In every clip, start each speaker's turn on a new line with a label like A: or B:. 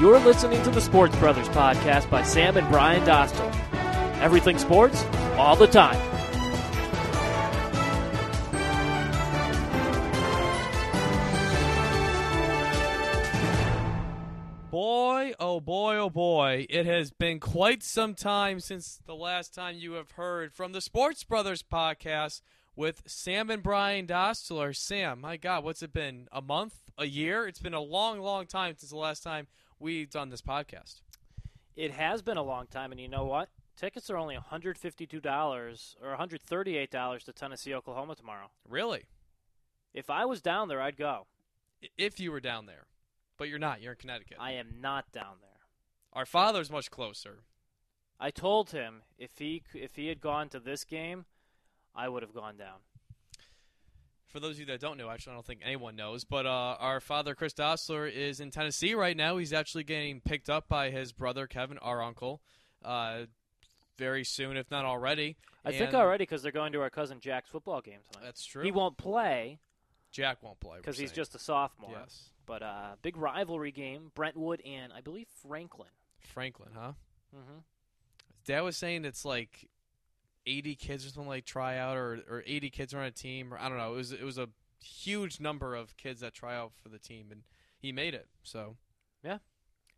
A: You're listening to the Sports Brothers podcast by Sam and Brian Dostal. Everything sports, all the time.
B: Boy, oh boy, oh boy, it has been quite some time since the last time you have heard from the Sports Brothers podcast with Sam and Brian Dostler. Sam, my God, what's it been? A month? A year? It's been a long, long time since the last time we've done this podcast.
A: It has been a long time, and you know what? Tickets are only $152 or $138 to Tennessee, Oklahoma tomorrow.
B: Really?
A: If I was down there, I'd go.
B: I- If you were down there, but you're not, you're in Connecticut.
A: I am not down there.
B: Our father's much closer.
A: I told him if he if he had gone to this game, I would have gone down.
B: For those of you that don't know, actually, I don't think anyone knows, but uh, our father, Chris Dostler, is in Tennessee right now. He's actually getting picked up by his brother, Kevin, our uncle, uh, very soon, if not already.
A: I think
B: And-
A: already because they're going to our cousin Jack's football game tonight.
B: That's true.
A: He won't play
B: Jack won't play. we're
A: because he's
B: saying.
A: just a sophomore.
B: Yes.
A: But uh, big rivalry game, Brentwood and I believe Franklin.
B: Franklin, huh?
A: hmm
B: Dad was saying it's like 80 kids or something like try out, or, or 80 kids are on a team, or I don't know. It was, it was a huge number of kids that try out for the team, and he made it. So,
A: Yeah.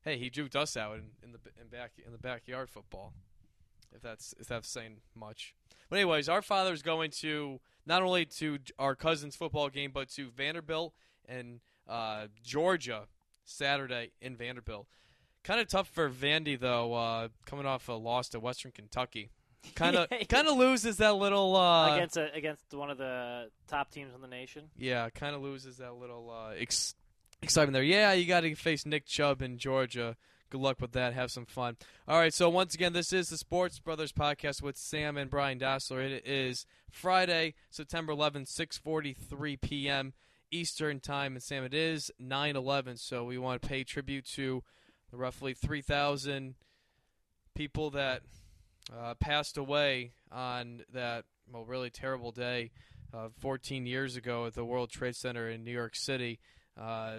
B: Hey, he juked us out in, in the in back in the backyard football. If that's if that's saying much, but anyways, our father's going to not only to j- our cousin's football game, but to Vanderbilt and uh, Georgia Saturday in Vanderbilt. Kind of tough for Vandy though, uh, coming off a loss to Western Kentucky. Kind of kind of loses that little uh,
A: against a, against one of the top teams in the nation.
B: yeah, kind of loses that little uh, ex- excitement there. Yeah, you got to face Nick Chubb in Georgia. Good luck with that. Have some fun. All right. So once again, this is the Sports Brothers podcast with Sam and Brian Dassler. It is Friday, September 11th, 6:43 p.m. Eastern time, and Sam, it is 9:11. So we want to pay tribute to the roughly 3,000 people that uh, passed away on that well, really terrible day uh, 14 years ago at the World Trade Center in New York City. Uh,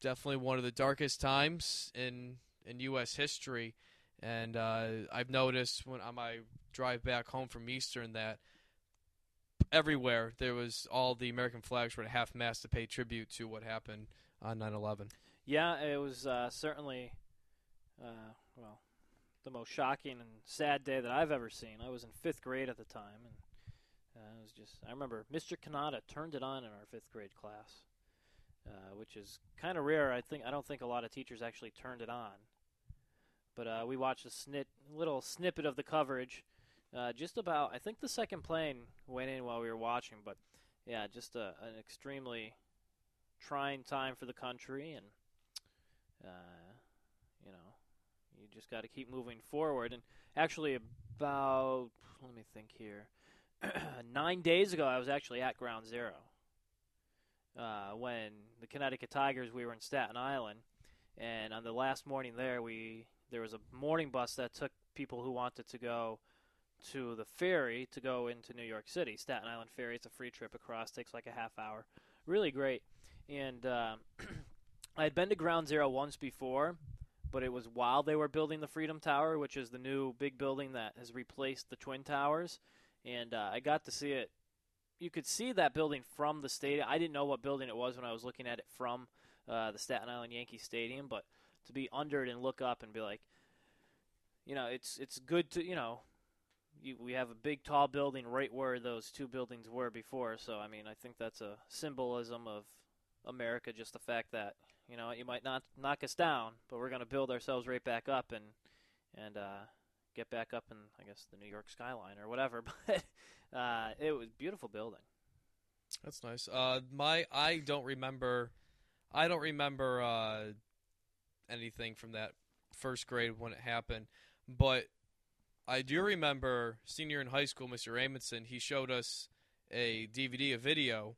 B: definitely one of the darkest times in in U.S. history, and uh, I've noticed when on my drive back home from Eastern that everywhere there was all the American flags were at half mast to pay tribute to what happened on 9/11.
A: Yeah, it was uh, certainly uh, well the most shocking and sad day that I've ever seen. I was in fifth grade at the time, and uh, it was just I remember Mr. Kanata turned it on in our fifth grade class, uh, which is kind of rare. I think I don't think a lot of teachers actually turned it on, but uh, we watched a snit little snippet of the coverage. Uh, just about, I think the second plane went in while we were watching, but yeah, just a, an extremely trying time for the country, and uh, you know, you just got to keep moving forward. And actually, about let me think here, nine days ago, I was actually at Ground Zero uh, when the Connecticut Tigers. We were in Staten Island, and on the last morning there, we there was a morning bus that took people who wanted to go to the ferry to go into New York City. Staten Island ferry. It's a free trip across. Takes like a half hour. Really great. And um I had been to Ground Zero once before, but it was while they were building the Freedom Tower, which is the new big building that has replaced the Twin Towers. And uh, I got to see it. You could see that building from the stadium. I didn't know what building it was when I was looking at it from uh, the Staten Island Yankee Stadium, but to be under it and look up and be like, you know, it's it's good to you know, you, we have a big tall building right where those two buildings were before. So I mean, I think that's a symbolism of America, just the fact that you know you might not knock us down, but we're going to build ourselves right back up and and uh, get back up in I guess the New York skyline or whatever. But uh, it was beautiful building.
B: That's nice. Uh, my I don't remember, I don't remember uh, anything from that first grade when it happened, but I do remember senior in high school, Mr. Amundson. He showed us a DVD, a video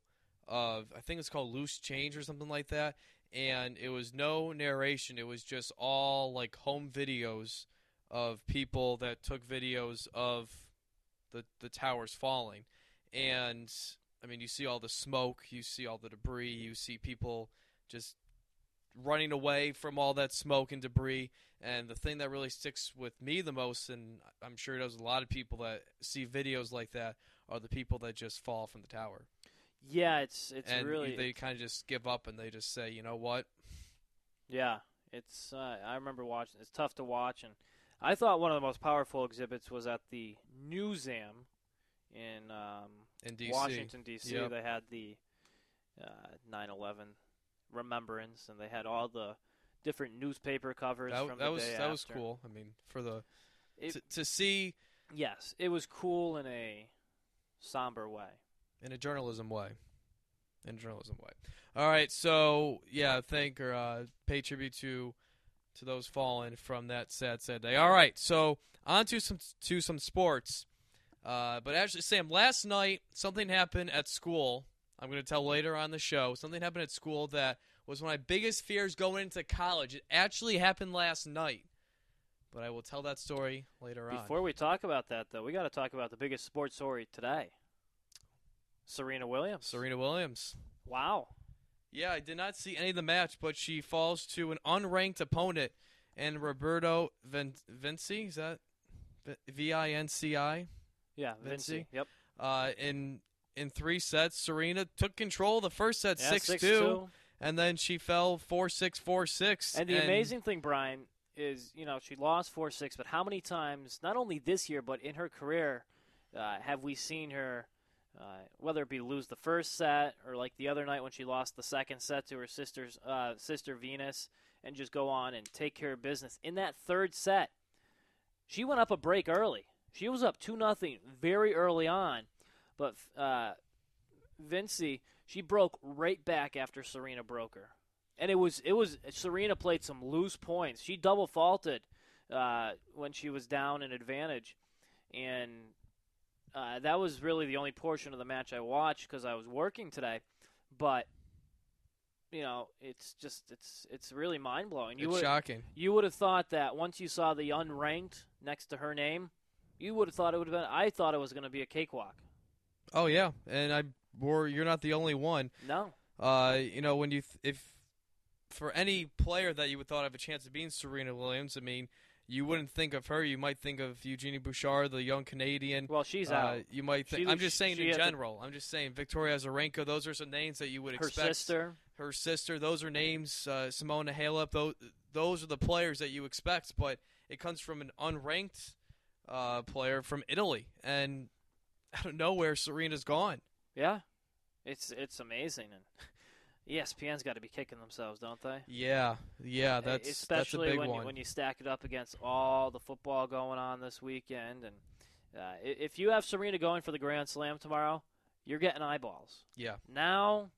B: of I think it's called Loose Change or something like that, and it was no narration. It was just all like home videos of people that took videos of the the towers falling, and I mean, you see all the smoke, you see all the debris, you see people just running away from all that smoke and debris. And the thing that really sticks with me the most, and I'm sure it does a lot of people that see videos like that, are the people that just fall from the tower.
A: Yeah, it's it's
B: and
A: really
B: they kind of just give up and they just say, you know what?
A: yeah. It's uh, I remember watching. It's tough to watch, and I thought one of the most powerful exhibits was at the Newsam in um,
B: In D.C.
A: Washington D.C.
B: Yep.
A: They had the uh, 9/11 remembrance, and they had all the different newspaper covers
B: That,
A: from
B: that
A: the
B: was
A: day
B: that
A: after.
B: was cool. I mean, for the
A: It-
B: to, to see
A: Yes, it was cool in a somber way.
B: in a journalism way. In a journalism way. All right, so yeah, thank or uh, pay tribute to to those fallen from that sad, sad day. All right, so on to some to some sports. Uh, but actually, Sam, last night something happened at school. I'm going to tell later on the show. Something happened at school that was one of my biggest fears going into college. It actually happened last night, but I will tell that story later on.
A: Before we talk about that, though, we got to talk about the biggest sports story today. Serena Williams.
B: Serena Williams.
A: Wow.
B: Yeah, I did not see any of the match, but she falls to an unranked opponent and Roberto Vin- Vinci. Is that V I N C I?
A: Yeah,
B: Vinci?
A: Vinci. Yep.
B: Uh, in in three sets, Serena took control of the first set,
A: Yeah,
B: 6 2, and then she fell 4 6 4 6.
A: And the amazing thing, Brian, is you know she lost four six, but how many times, not only this year but in her career, uh, have we seen her, uh, whether it be lose the first set or like the other night when she lost the second set to her sister's uh, sister Venus, and just go on and take care of business in that third set. She went up a break early. She was up two nothing very early on, but uh, Vinci she broke right back after Serena broke her and it was it was Serena played some loose points. She double faulted uh, when she was down in advantage, and uh, that was really the only portion of the match I watched because I was working today. But you know, it's just it's it's really mind blowing. You
B: It's
A: would
B: shocking.
A: you would have thought that once you saw the unranked next to her name, you would have thought it would have been. I thought it was going to be a cakewalk.
B: Oh, yeah. And I, or you're not the only one.
A: No,
B: Uh, you know, when you th- if for any player that you would thought have a chance of being Serena Williams, I mean, you wouldn't think of her. You might think of Eugenie Bouchard, the young Canadian.
A: well she's
B: Uh,
A: out.
B: you might
A: She
B: think.
A: was-
B: I'm just saying
A: she
B: in
A: had to-
B: general. I'm just saying Victoria Azarenka. Those are some names that you would
A: Her
B: expect.
A: sister,
B: Her sister. Those are names. Uh, Simona Halep. Those those are the players that you expect. But it comes from an unranked uh, player from Italy, and out of nowhere, Serena's gone.
A: Yeah, it's it's amazing, and E ESPN's got to be kicking themselves, don't they?
B: Yeah, yeah. That's that's
A: E,
B: a
A: especially
B: big
A: when
B: one.
A: you, when you stack it up against all the football going on this weekend, and uh, i- if you have Serena going for the Grand Slam tomorrow, you're getting eyeballs.
B: yeah,
A: Now,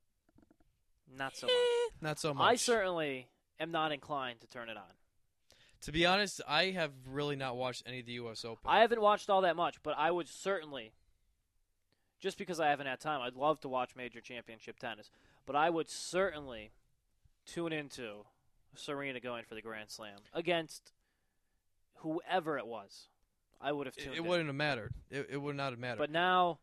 A: not so much.
B: not so much.
A: I certainly am not inclined to turn it on.
B: to be honest, I have really not watched any of the U.S. Open.
A: I haven't watched all that much, but I would certainly, just because I haven't had time, I'd love to watch major championship tennis, but I would certainly tune into Serena going for the Grand Slam against whoever it was. I would have
B: It,
A: tuned
B: it
A: in.
B: wouldn't have mattered. It, it would not have mattered.
A: But now,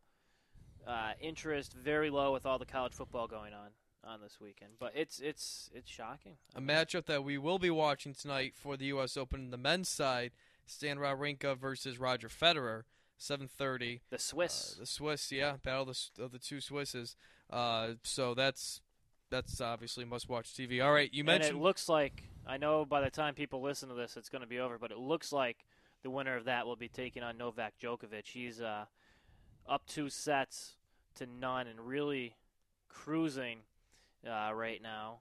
A: uh, interest very low with all the college football going on on this weekend. But it's it's it's shocking.
B: a matchup that we will be watching tonight for the U.S. Open, the men's side, Stan Wawrinka versus Roger Federer, 7:30.
A: The
B: Uh,
A: Swiss.
B: the Swiss, yeah, battle of the, s- of the two Swisses. Uh, so that's that's obviously must-watch TV. All right, you
A: and
B: mentioned
A: it looks like I know by the time people listen to this, it's going to be over. But it looks like the winner of that will be taking on Novak Djokovic. He's uh, up two sets to none and really cruising uh, right now.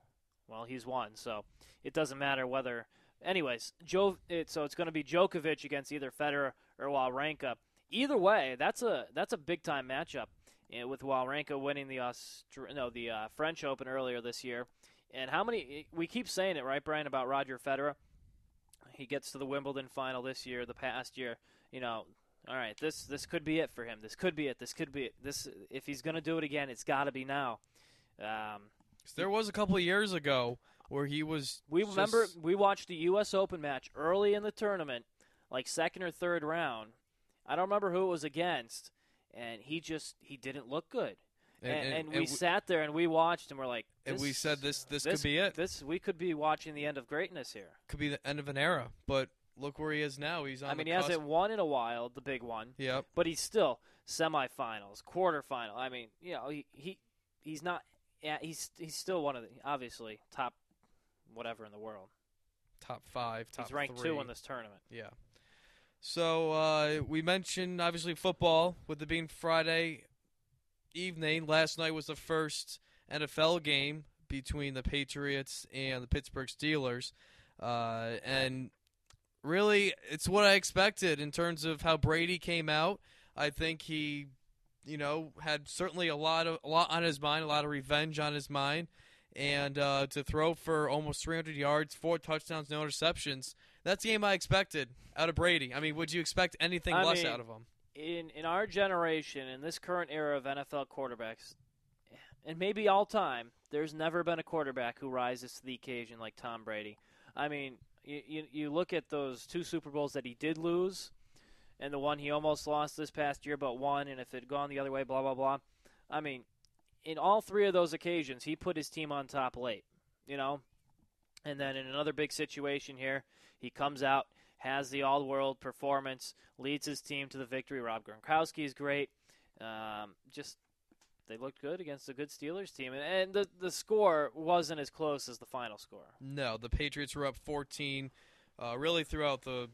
A: Well, he's won, so it doesn't matter whether. Anyways, Joe. It, so it's going to be Djokovic against either Federer or Wawrinka. Either way, that's a that's a big time matchup. eh, With Wawrinka winning the Austra- no the uh, French Open earlier this year, and how many? eh, We keep saying it, right, Brian, about Roger Federer. He gets to the Wimbledon final this year. The past year, you know, all right, this this could be it for him. This could be it. This could be it. This if he's going to do it again, it's got to be now. Um,
B: 'cause there was a couple of years ago where he was.
A: we
B: just-
A: remember we watched the U.S. Open match early in the tournament, like second or third round. I don't remember who it was against, and he just he didn't look good. and, and, we sat there and we watched and we're like,
B: and we said this this, could be it.
A: This we could be watching the end of greatness here.
B: Could be the end of an era. But look where he is now. He's on.
A: I mean,
B: the
A: he
B: cusp.
A: hasn't won in a while, the big one,
B: Yep.
A: but he's still semifinals, quarterfinal. I mean, you know, he, he he's not. Yeah, he's he's still one of the obviously top, whatever in the world.
B: Top five. Top
A: he's ranked
B: three.
A: two in this tournament.
B: Yeah. So uh, we mentioned obviously football with it being Friday evening. Last night was the first NFL game between the Patriots and the Pittsburgh Steelers, uh, and really, it's what I expected in terms of how Brady came out. I think he, you know, had certainly a lot of a lot on his mind, a lot of revenge on his mind, and uh, to throw for almost 300 yards, four touchdowns, no interceptions. That's the game I expected out of Brady. I mean, would you expect anything
A: I
B: less
A: mean,
B: out of him?
A: in in our generation, in this current era of NFL quarterbacks, and maybe all time, there's never been a quarterback who rises to the occasion like Tom Brady. I mean, you you, you look at those two Super Bowls that he did lose, and the one he almost lost this past year, but won. And if it had gone the other way, blah blah blah. I mean, in all three of those occasions, he put his team on top late. You know, and then in another big situation here, he comes out, has the all-world performance, leads his team to the victory. Rob Gronkowski is great. Um, just they looked good against a good Steelers team, and, and the the score wasn't as close as the final score.
B: No, the Patriots were up 14, uh, really throughout the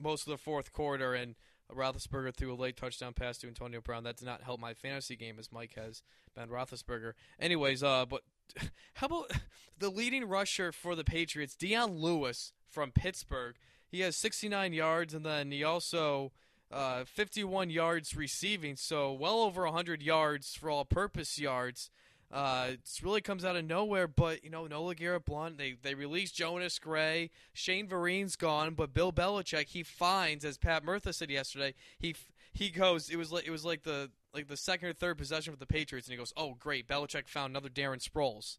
B: most of the fourth quarter, and Roethlisberger threw a late touchdown pass to Antonio Brown. That did not help my fantasy game, as Mike has Ben Roethlisberger. Anyways, uh, but how about the leading rusher for the Patriots, Deion Lewis from Pittsburgh? He has 69 yards, and then he also uh, 51 yards receiving, so well over 100 yards for all-purpose yards. Uh, it really comes out of nowhere, but you know Nola Garrett Blunt. They they released Jonas Gray. Shane Vereen's gone, but Bill Belichick he finds, as Pat Murtha said yesterday, he f- he goes. It was like it was like the like the second or third possession with the Patriots, and he goes, "Oh great, Belichick found another Darren Sproles."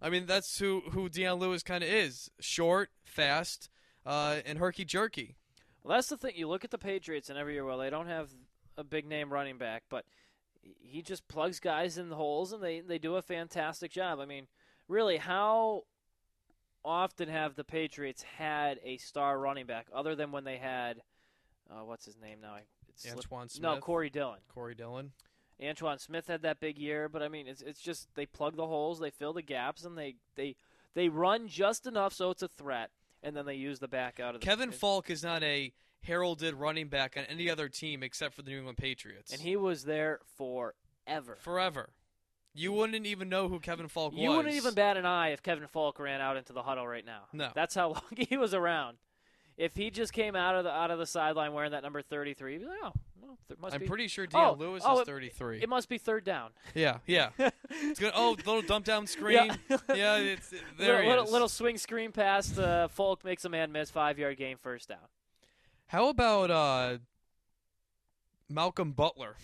B: I mean that's who who Deion Lewis kind of is: short, fast, uh, and herky jerky.
A: Well, that's the thing. You look at the Patriots, and every year, well, they don't have a big name running back, but he just plugs guys in the holes, and they they do a fantastic job. I mean, really, how often have the Patriots had a star running back other than when they had uh, what's his name now? I- It's
B: Antoine Smith,
A: No, Corey Dillon.
B: Corey Dillon.
A: Antoine Smith had that big year, but I mean, it's it's just they plug the holes, they fill the gaps, and they they they run just enough so it's a threat, and then they use the back out of the
B: Kevin
A: and-
B: Falk is not a heralded running back on any other team except for the New England Patriots.
A: and he was there forever.
B: forever. You wouldn't even know who Kevin Falk
A: You
B: was.
A: wouldn't even bat an eye if Kevin Falk ran out into the huddle right now.
B: No.
A: that's how long he was around. If he just came out of the out of the sideline wearing that number thirty three, you'd be like, oh, well, there must
B: I'm
A: be
B: pretty sure Deion
A: Oh,
B: Lewis
A: oh,
B: is
A: it-
B: 33.
A: it must be third down.
B: yeah, yeah. It's gonna, oh, little dump down screen. Yeah, it's there.
A: little,
B: he
A: little,
B: is.
A: little swing screen pass. Uh, Falk makes a man miss five yard gain first down.
B: How about uh, Malcolm Butler?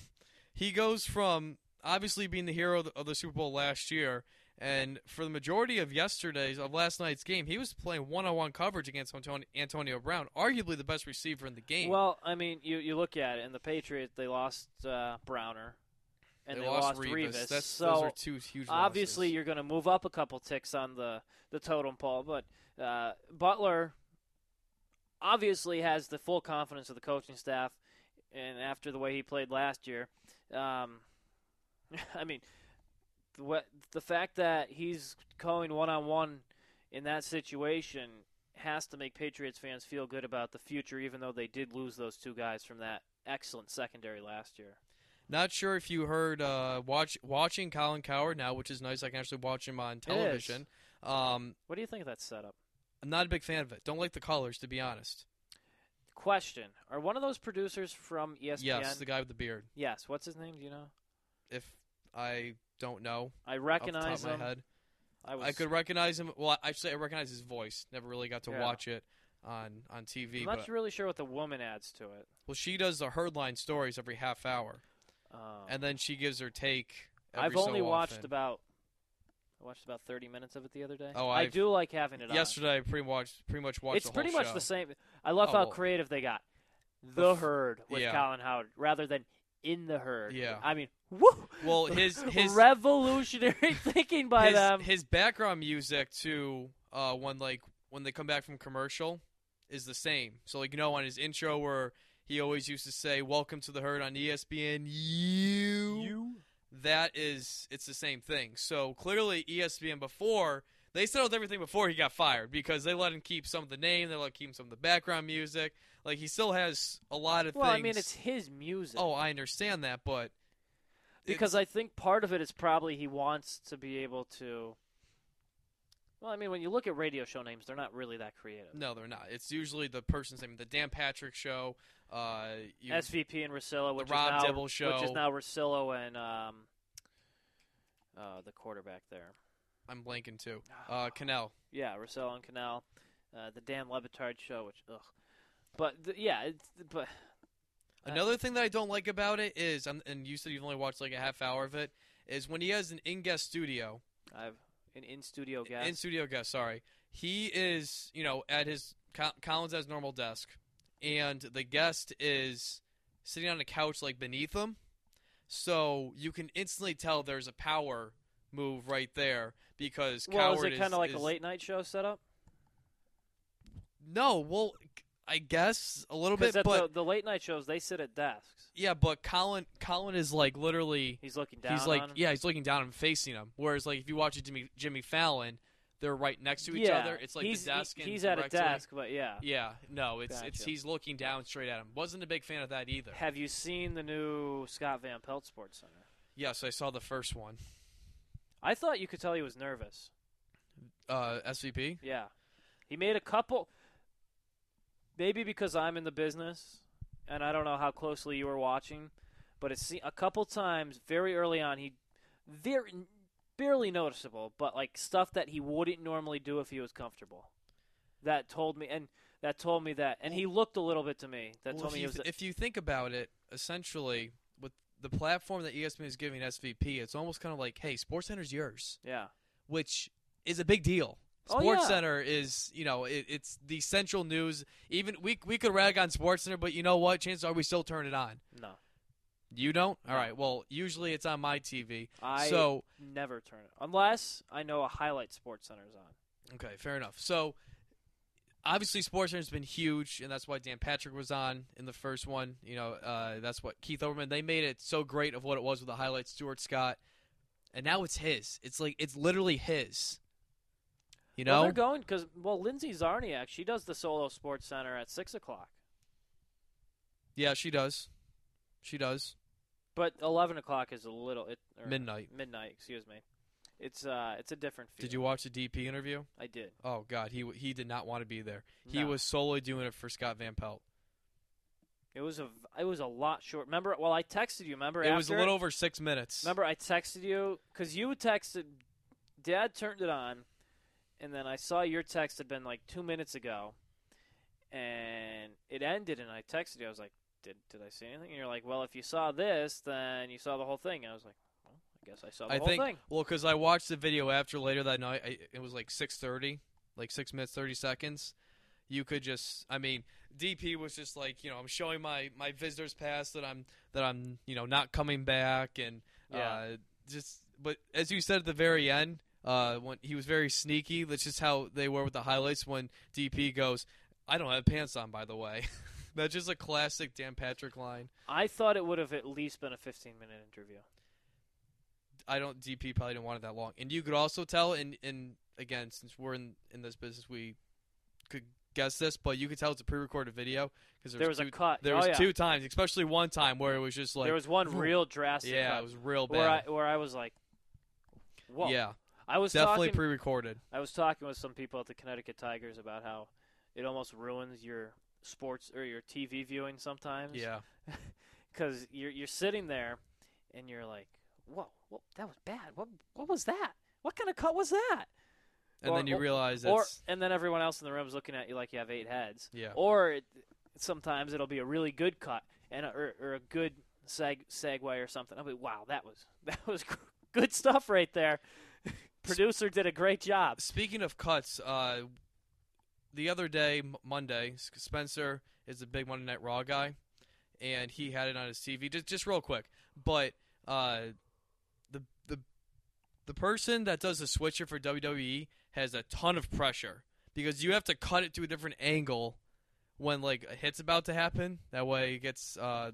B: He goes from obviously being the hero of the- of the Super Bowl last year, and for the majority of yesterday's of last night's game, he was playing one-on-one coverage against Antonio, Antonio Brown, arguably the best receiver in the game.
A: Well, I mean, you, you look at it, and the Patriots they lost uh, Browner, and they,
B: lost
A: Revis.
B: That's,
A: so
B: those are two huge.
A: obviously,
B: losses.
A: you're going to move up a couple ticks on the the totem pole. But uh, Butler obviously has the full confidence of the coaching staff, and after the way he played last year, um, I mean, the, wa- the fact that he's going one on one in that situation has to make Patriots fans feel good about the future, even though they did lose those two guys from that excellent secondary last year.
B: Not sure if you heard uh, watch watching Colin Coward now, which is nice. I can actually watch him on television. Um,
A: What do you think of that setup?
B: I'm not a big fan of it. Don't like the colors, to be honest.
A: Question: Are one of those producers from E ESPN?
B: Yes, the guy with the beard.
A: Yes, What's his name? Do you know? I
B: If I don't know, off
A: recognize
B: the top
A: him.
B: of my head,
A: I was.
B: I could recognize him. Well, actually, I recognize his voice. Never really got to
A: Yeah.
B: watch it on on TV.
A: I'm
B: but
A: not really sure what the woman adds to it.
B: well, she does the herdline stories every half hour,
A: Um,
B: and then she gives her take. every
A: I've only
B: so
A: watched
B: often.
A: about. I watched about 30 minutes of it the other day.
B: Oh,
A: I
B: I've-
A: do like having it on.
B: yesterday. I pretty much pretty much watched.
A: It's
B: the whole
A: pretty much
B: show.
A: the same. I love
B: Oh,
A: how
B: well.
A: creative they got. The,
B: The f-
A: herd with
B: yeah.
A: Colin Howard rather than in the herd.
B: Yeah.
A: I mean, woo!
B: Well, his his
A: revolutionary thinking by
B: his,
A: them.
B: his background music too. Uh, when like when they come back from commercial, is the same. So like you know on his intro where he always used to say "Welcome to the herd" on E ESPN. You, that is it's the same thing. So clearly E ESPN before they settled everything before he got fired because they let him keep some of the name, they let him keep some of the background music. Like he still has a lot of
A: well,
B: things.
A: I mean, it's his music.
B: oh, I understand that, but
A: because I think part of it is probably he wants to be able to. Well, I mean, when you look at radio show names, they're not really that creative.
B: No, they're not. It's usually the person's name. The Dan Patrick Show. Uh, you,
A: SVP and Rosillo, which
B: Rob
A: is now
B: Dibble
A: which
B: show.
A: is now Rosillo and um, uh, the quarterback there.
B: I'm blanking too.
A: Ah,
B: Uh, Cannell.
A: Yeah, Rosillo and Canal, uh, the Dan Levitard show, which ugh. But th- yeah, it's, but Uh,
B: Another thing that I don't like about it is, um, and you said you've only watched like a half hour of it, is when he has an in-guest studio,
A: I've an in studio guest.
B: in-studio guest. Sorry, he is, you know, at his Co- Collins has normal desk, and the guest is sitting on a couch like beneath him, so you can instantly tell there's a power move right there because
A: well, is
B: Coward
A: it kind of like a
B: is-
A: late night show setup?
B: No, well, I guess a little bit,
A: Because at
B: but
A: the, the late night shows, they sit at desks.
B: yeah, but Colin, Colin is like literally,
A: He's looking down.
B: he's like,
A: on 'em.
B: yeah, he's looking down and facing him. Whereas like if you watch Jimmy Jimmy Fallon, they're right next to each
A: Yeah,
B: other. It's like
A: he's,
B: the desk.
A: he-
B: and
A: he's at a
B: directly-
A: desk, but yeah.
B: Yeah, no, it's it's
A: Gotcha.
B: he's looking down straight at him. Wasn't a big fan of that either.
A: Have you seen the new Scott Van Pelt Sports Center?
B: Yes, I saw the first one.
A: I thought you could tell he was nervous.
B: Uh, SVP.
A: Yeah. He made a couple. Maybe because I'm in the business, and I don't know how closely you were watching, but it's a couple times very early on he very barely noticeable, but like stuff that he wouldn't normally do if he was comfortable. That told me, and that told me that, and he looked a little bit to me. That
B: Well,
A: told
B: if,
A: me he
B: you,
A: was.
B: if you think about it, essentially with the platform that E ESPN is giving SVP, it's almost kind of like, hey, SportsCenter's yours.
A: yeah.
B: which is a big deal.
A: Oh,
B: Sports
A: yeah.
B: Center is, you know, it, it's the central news. Even we we could rag on Sports Center, but you know what? Chances are we still turn it on.
A: No.
B: You don't?
A: No.
B: All right. Well, usually it's on my TV.
A: I
B: so
A: never turn it unless I know a highlight Sports Center is on.
B: Okay, fair enough. So obviously SportsCenter has been huge and that's why Dan Patrick was on in the first one. You know, uh, that's what Keith Overman they made it so great of what it was with the highlights Stuart Scott. And now it's his. It's like it's literally his. You
A: Well,
B: know?
A: they're going because well, Lindsay Zarniak she does the solo Sports Center at six o'clock,
B: yeah, she does. She does.
A: but eleven o'clock is a little it or
B: Midnight.
A: Midnight, excuse me. It's uh, it's a different. Feel.
B: Did you watch the DP interview?
A: I did.
B: Oh God, he he did not want to be there. He
A: No.
B: was solely doing it for Scott Van Pelt.
A: It was a v- it was a lot short. Remember? Well, I texted you. Remember?
B: It was a
A: after
B: little over six minutes.
A: Remember, I texted you because you texted. Dad turned it on, and then I saw your text had been like two minutes ago, and it ended. And I texted you. I was like, "Did did I see anything?" And you're like, "Well, if you saw this, then you saw the whole thing." And I was like, "Well, I guess I saw the
B: I
A: whole
B: think
A: thing."
B: well because I watched the video after later that night. I, it was like six thirty, like six minutes thirty seconds. You could just, I mean, DP was just like, you know, I'm showing my my visitors pass that I'm that I'm you know not coming back and uh,
A: Yeah.
B: just. But as you said at the very end, uh, when he was very sneaky. That's just how they were with the highlights. When DP goes, I don't have pants on, by the way. That's just a classic Dan Patrick line.
A: I thought it would have at least been a 15 minute interview.
B: I don't DP probably didn't want it that long. And you could also tell and and again, since we're in in this business we could guess this, but you could tell it's a pre recorded video because there,
A: There was
B: two,
A: a cut.
B: there
A: Oh,
B: was
A: yeah.
B: two times, especially one time where it was just like
A: there was one
B: vroom.
A: real drastic.
B: Yeah,
A: cut
B: it was real
A: where I
B: bad.
A: where I was like, "Whoa!"
B: yeah.
A: I was
B: Definitely
A: talking,
B: pre recorded.
A: I was talking with some people at the Connecticut Tigers about how it almost ruins your sports or your TV viewing sometimes.
B: Yeah.
A: Because you're you're sitting there, and you're like, "Whoa, whoa that was bad. What what was that? What kind of cut was that?"
B: And
A: Or-
B: then you
A: or-
B: realize that's
A: Or and then everyone else in the room is looking at you like you have eight heads.
B: yeah.
A: Or it, sometimes it'll be a really good cut and a, or, or a good seg segue or something. I'll be, "Wow, that was that was good stuff right there." Producer did a great job.
B: Speaking of cuts, uh, the other day, M- Monday, S- Spencer is a big Monday Night Raw guy, and he had it on his TV. Just just real quick, but uh, the the the person that does the switcher for WWE has a ton of pressure because you have to cut it to a different angle when like a hit's about to happen. That way, it gets uh,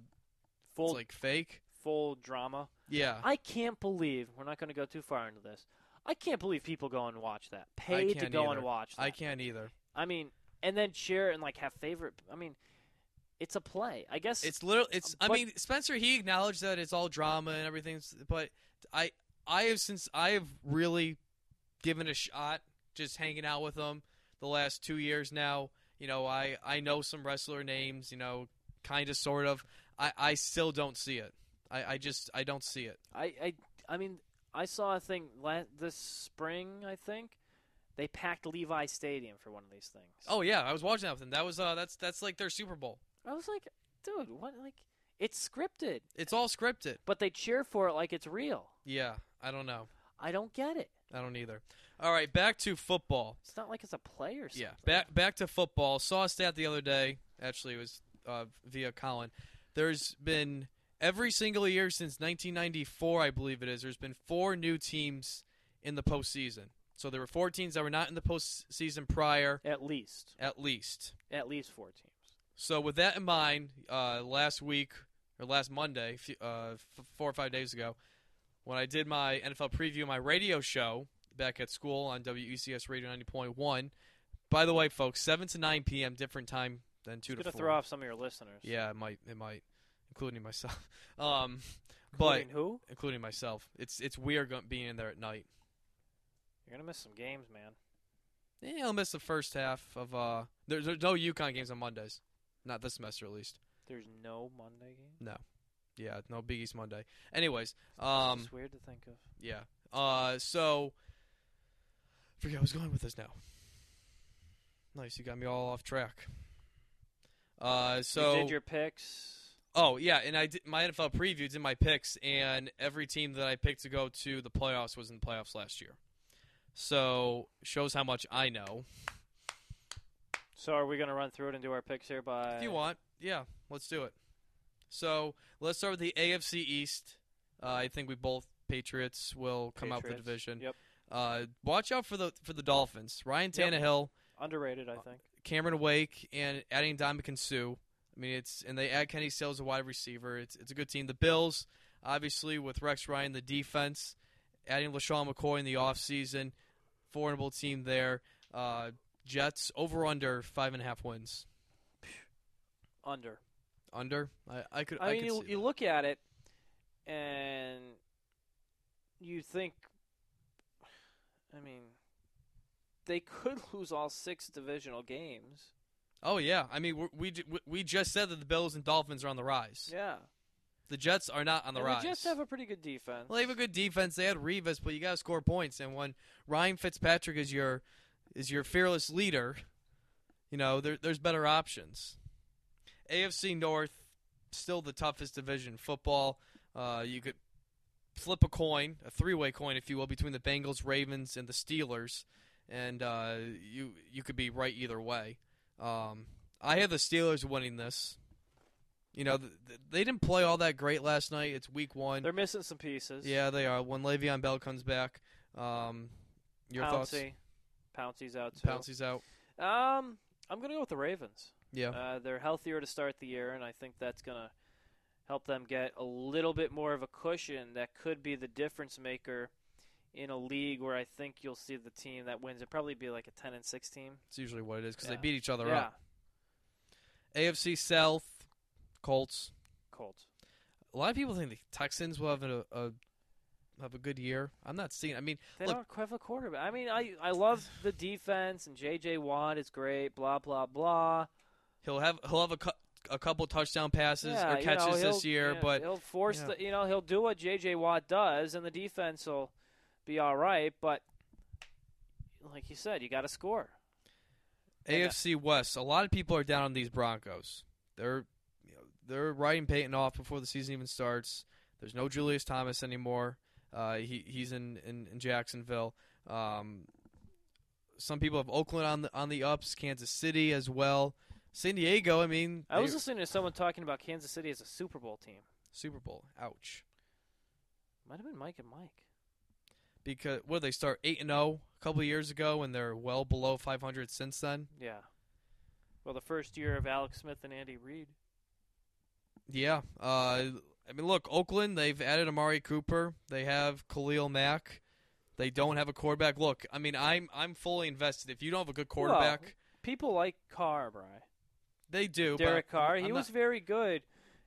A: Full
B: it's like fake.
A: full drama.
B: Yeah,
A: I can't believe we're not going to go too far into this. I can't believe people go and watch that.
B: I
A: Pay to
B: can't
A: go
B: either.
A: and watch. That.
B: I can't either.
A: I mean, and then cheer and like have favorite. I mean, it's a play. I guess
B: It's literally it's. I
A: But-
B: mean, Spencer he acknowledged that it's all drama and everything, s- but I I have since I have really given a shot just hanging out with him the last two years now. You know, I I know some wrestler names. You know, kind of, sort of. I I still don't see it. I I just I don't see it.
A: I, I, I mean, I saw a thing la- this spring. I think they packed Levi Stadium for one of these things.
B: Oh yeah, I was watching that with him. That was uh that's that's like their Super Bowl.
A: I was like, dude, what? Like, it's scripted,
B: It's all scripted.
A: but they cheer for it like it's real.
B: Yeah, I don't know.
A: I don't get it.
B: I don't either. All right, back to football.
A: It's not like it's a play or something.
B: Yeah, back back to football. Saw a stat the other day. Actually, it was uh, via Colin. There's been every single year since 1994, I believe it is. There's been four new teams in the postseason. So there were four teams that were not in the postseason prior,
A: At least,
B: at least.
A: at least four teams.
B: So with that in mind, uh, last week or last Monday, f- uh, f- four or five days ago, when I did my NFL preview, my radio show back at school on WECS Radio ninety point one. By the way, folks, seven to nine p.m. different time than two
A: It's
B: to
A: gonna
B: four.
A: throw off some of your listeners.
B: Yeah, it might, it might, including myself. Um, but
A: Including who?
B: including myself, it's it's weird go- being in there at night.
A: You're gonna miss some games, man.
B: Yeah, I'll miss the first half of uh. There's, there's no UConn games on Mondays, not this semester at least.
A: There's no Monday game.
B: Yeah, no Big East Monday. Anyways, um,
A: it's weird to think of.
B: Yeah. Uh, so I forget I was going with this now. Nice, you got me all off track. Uh, so
A: you did your picks.
B: oh yeah, and I did my NFL previews in my picks, and every team that I picked to go to the playoffs was in the playoffs last year. So shows how much I know.
A: So are we gonna run through it and do our picks here by?
B: If you want, yeah, let's do it. So let's start with the AFC East. Uh, I think we both Patriots will come out with the
A: Patriots.
B: division.
A: Yep.
B: Uh, watch out for the for the Dolphins. Ryan
A: Yep.
B: Tannehill,
A: Underrated,
B: Uh,
A: I think.
B: Cameron Wake, and adding Dominican Sue. I mean, it's and they add Kenny Sales a wide receiver. It's it's a good team. The Bills, obviously, with Rex Ryan, the defense, adding LaShawn McCoy in the offseason, formidable team there. Uh, Jets over under five and a half wins.
A: Under.
B: Under, I, I could.
A: I mean,
B: could
A: you,
B: see
A: you
B: that.
A: look at it, and you think, I mean, they could lose all six divisional games.
B: Oh yeah, I mean we we ju- we- we just said that the Bills and Dolphins are on the rise.
A: Yeah,
B: The Jets are not on the
A: and
B: rise.
A: they just have a pretty good defense.
B: well, they have a good defense. They had Revis, but you got to score points. And when Ryan Fitzpatrick is your is your fearless leader, you know there, there's better options. AFC North still the toughest division in football. Uh, you could flip a coin, a three way coin, if you will, between the Bengals, Ravens, and the Steelers, and uh, you you could be right either way. Um, I have the Steelers winning this. You know, th- th- they didn't play all that great last night. It's week one.
A: They're missing some pieces.
B: Yeah, they are. When Le'Veon Bell comes back, um, your
A: Pouncey, Pouncey's out too.
B: thoughts? Pouncey's out.
A: Um, I'm gonna go with the Ravens.
B: Yeah,
A: Uh, they're healthier to start the year, and I think that's gonna help them get a little bit more of a cushion that could be the difference maker in a league where I think you'll see the team that wins it probably be like a ten and six team.
B: it's usually what it is because
A: yeah.
B: they beat each other
A: yeah,
B: up. AFC South, Colts.
A: Colts.
B: A lot of people think the Texans will have a, a have a good year. I'm not seeing. I mean,
A: They
B: Look-
A: don't quite have a quarterback. I mean, I I love the defense and J.J. Watt is great. Blah blah blah.
B: he'll have he'll have a, cou- a couple touchdown passes
A: yeah,
B: or
A: you know,
B: catches this
A: he'll-
B: year,
A: yeah,
B: but
A: he'll force
B: yeah.
A: the you know he'll do what J.J. Watt does, and the defense will be all right. But like you said, you got to score. and, uh,
B: AFC West. A lot of people are down on these Broncos. They're you know, they're writing Peyton off before the season even starts. There's no Julius Thomas anymore. Uh, he he's in in, in Jacksonville. Um, some people have Oakland on the on the ups, Kansas City as well. San Diego, I mean,
A: I was
B: they-
A: listening to someone talking about Kansas City as a Super Bowl team.
B: Super Bowl. Ouch.
A: Might have been Mike and Mike.
B: Because what did they start eight and zero a couple of years ago, and they're well below 500 since then.
A: Yeah. Well, the first year of Alex Smith and Andy Reid.
B: Yeah. Uh, I mean, look, Oakland, they've added Amari Cooper. They have Khalil Mack. They don't have a quarterback. Look, I mean, I'm I'm fully invested. If you don't have a good quarterback,
A: People like Carr, Bry.
B: they do. but
A: Derek Carr.
B: I'm
A: He
B: not-
A: was very good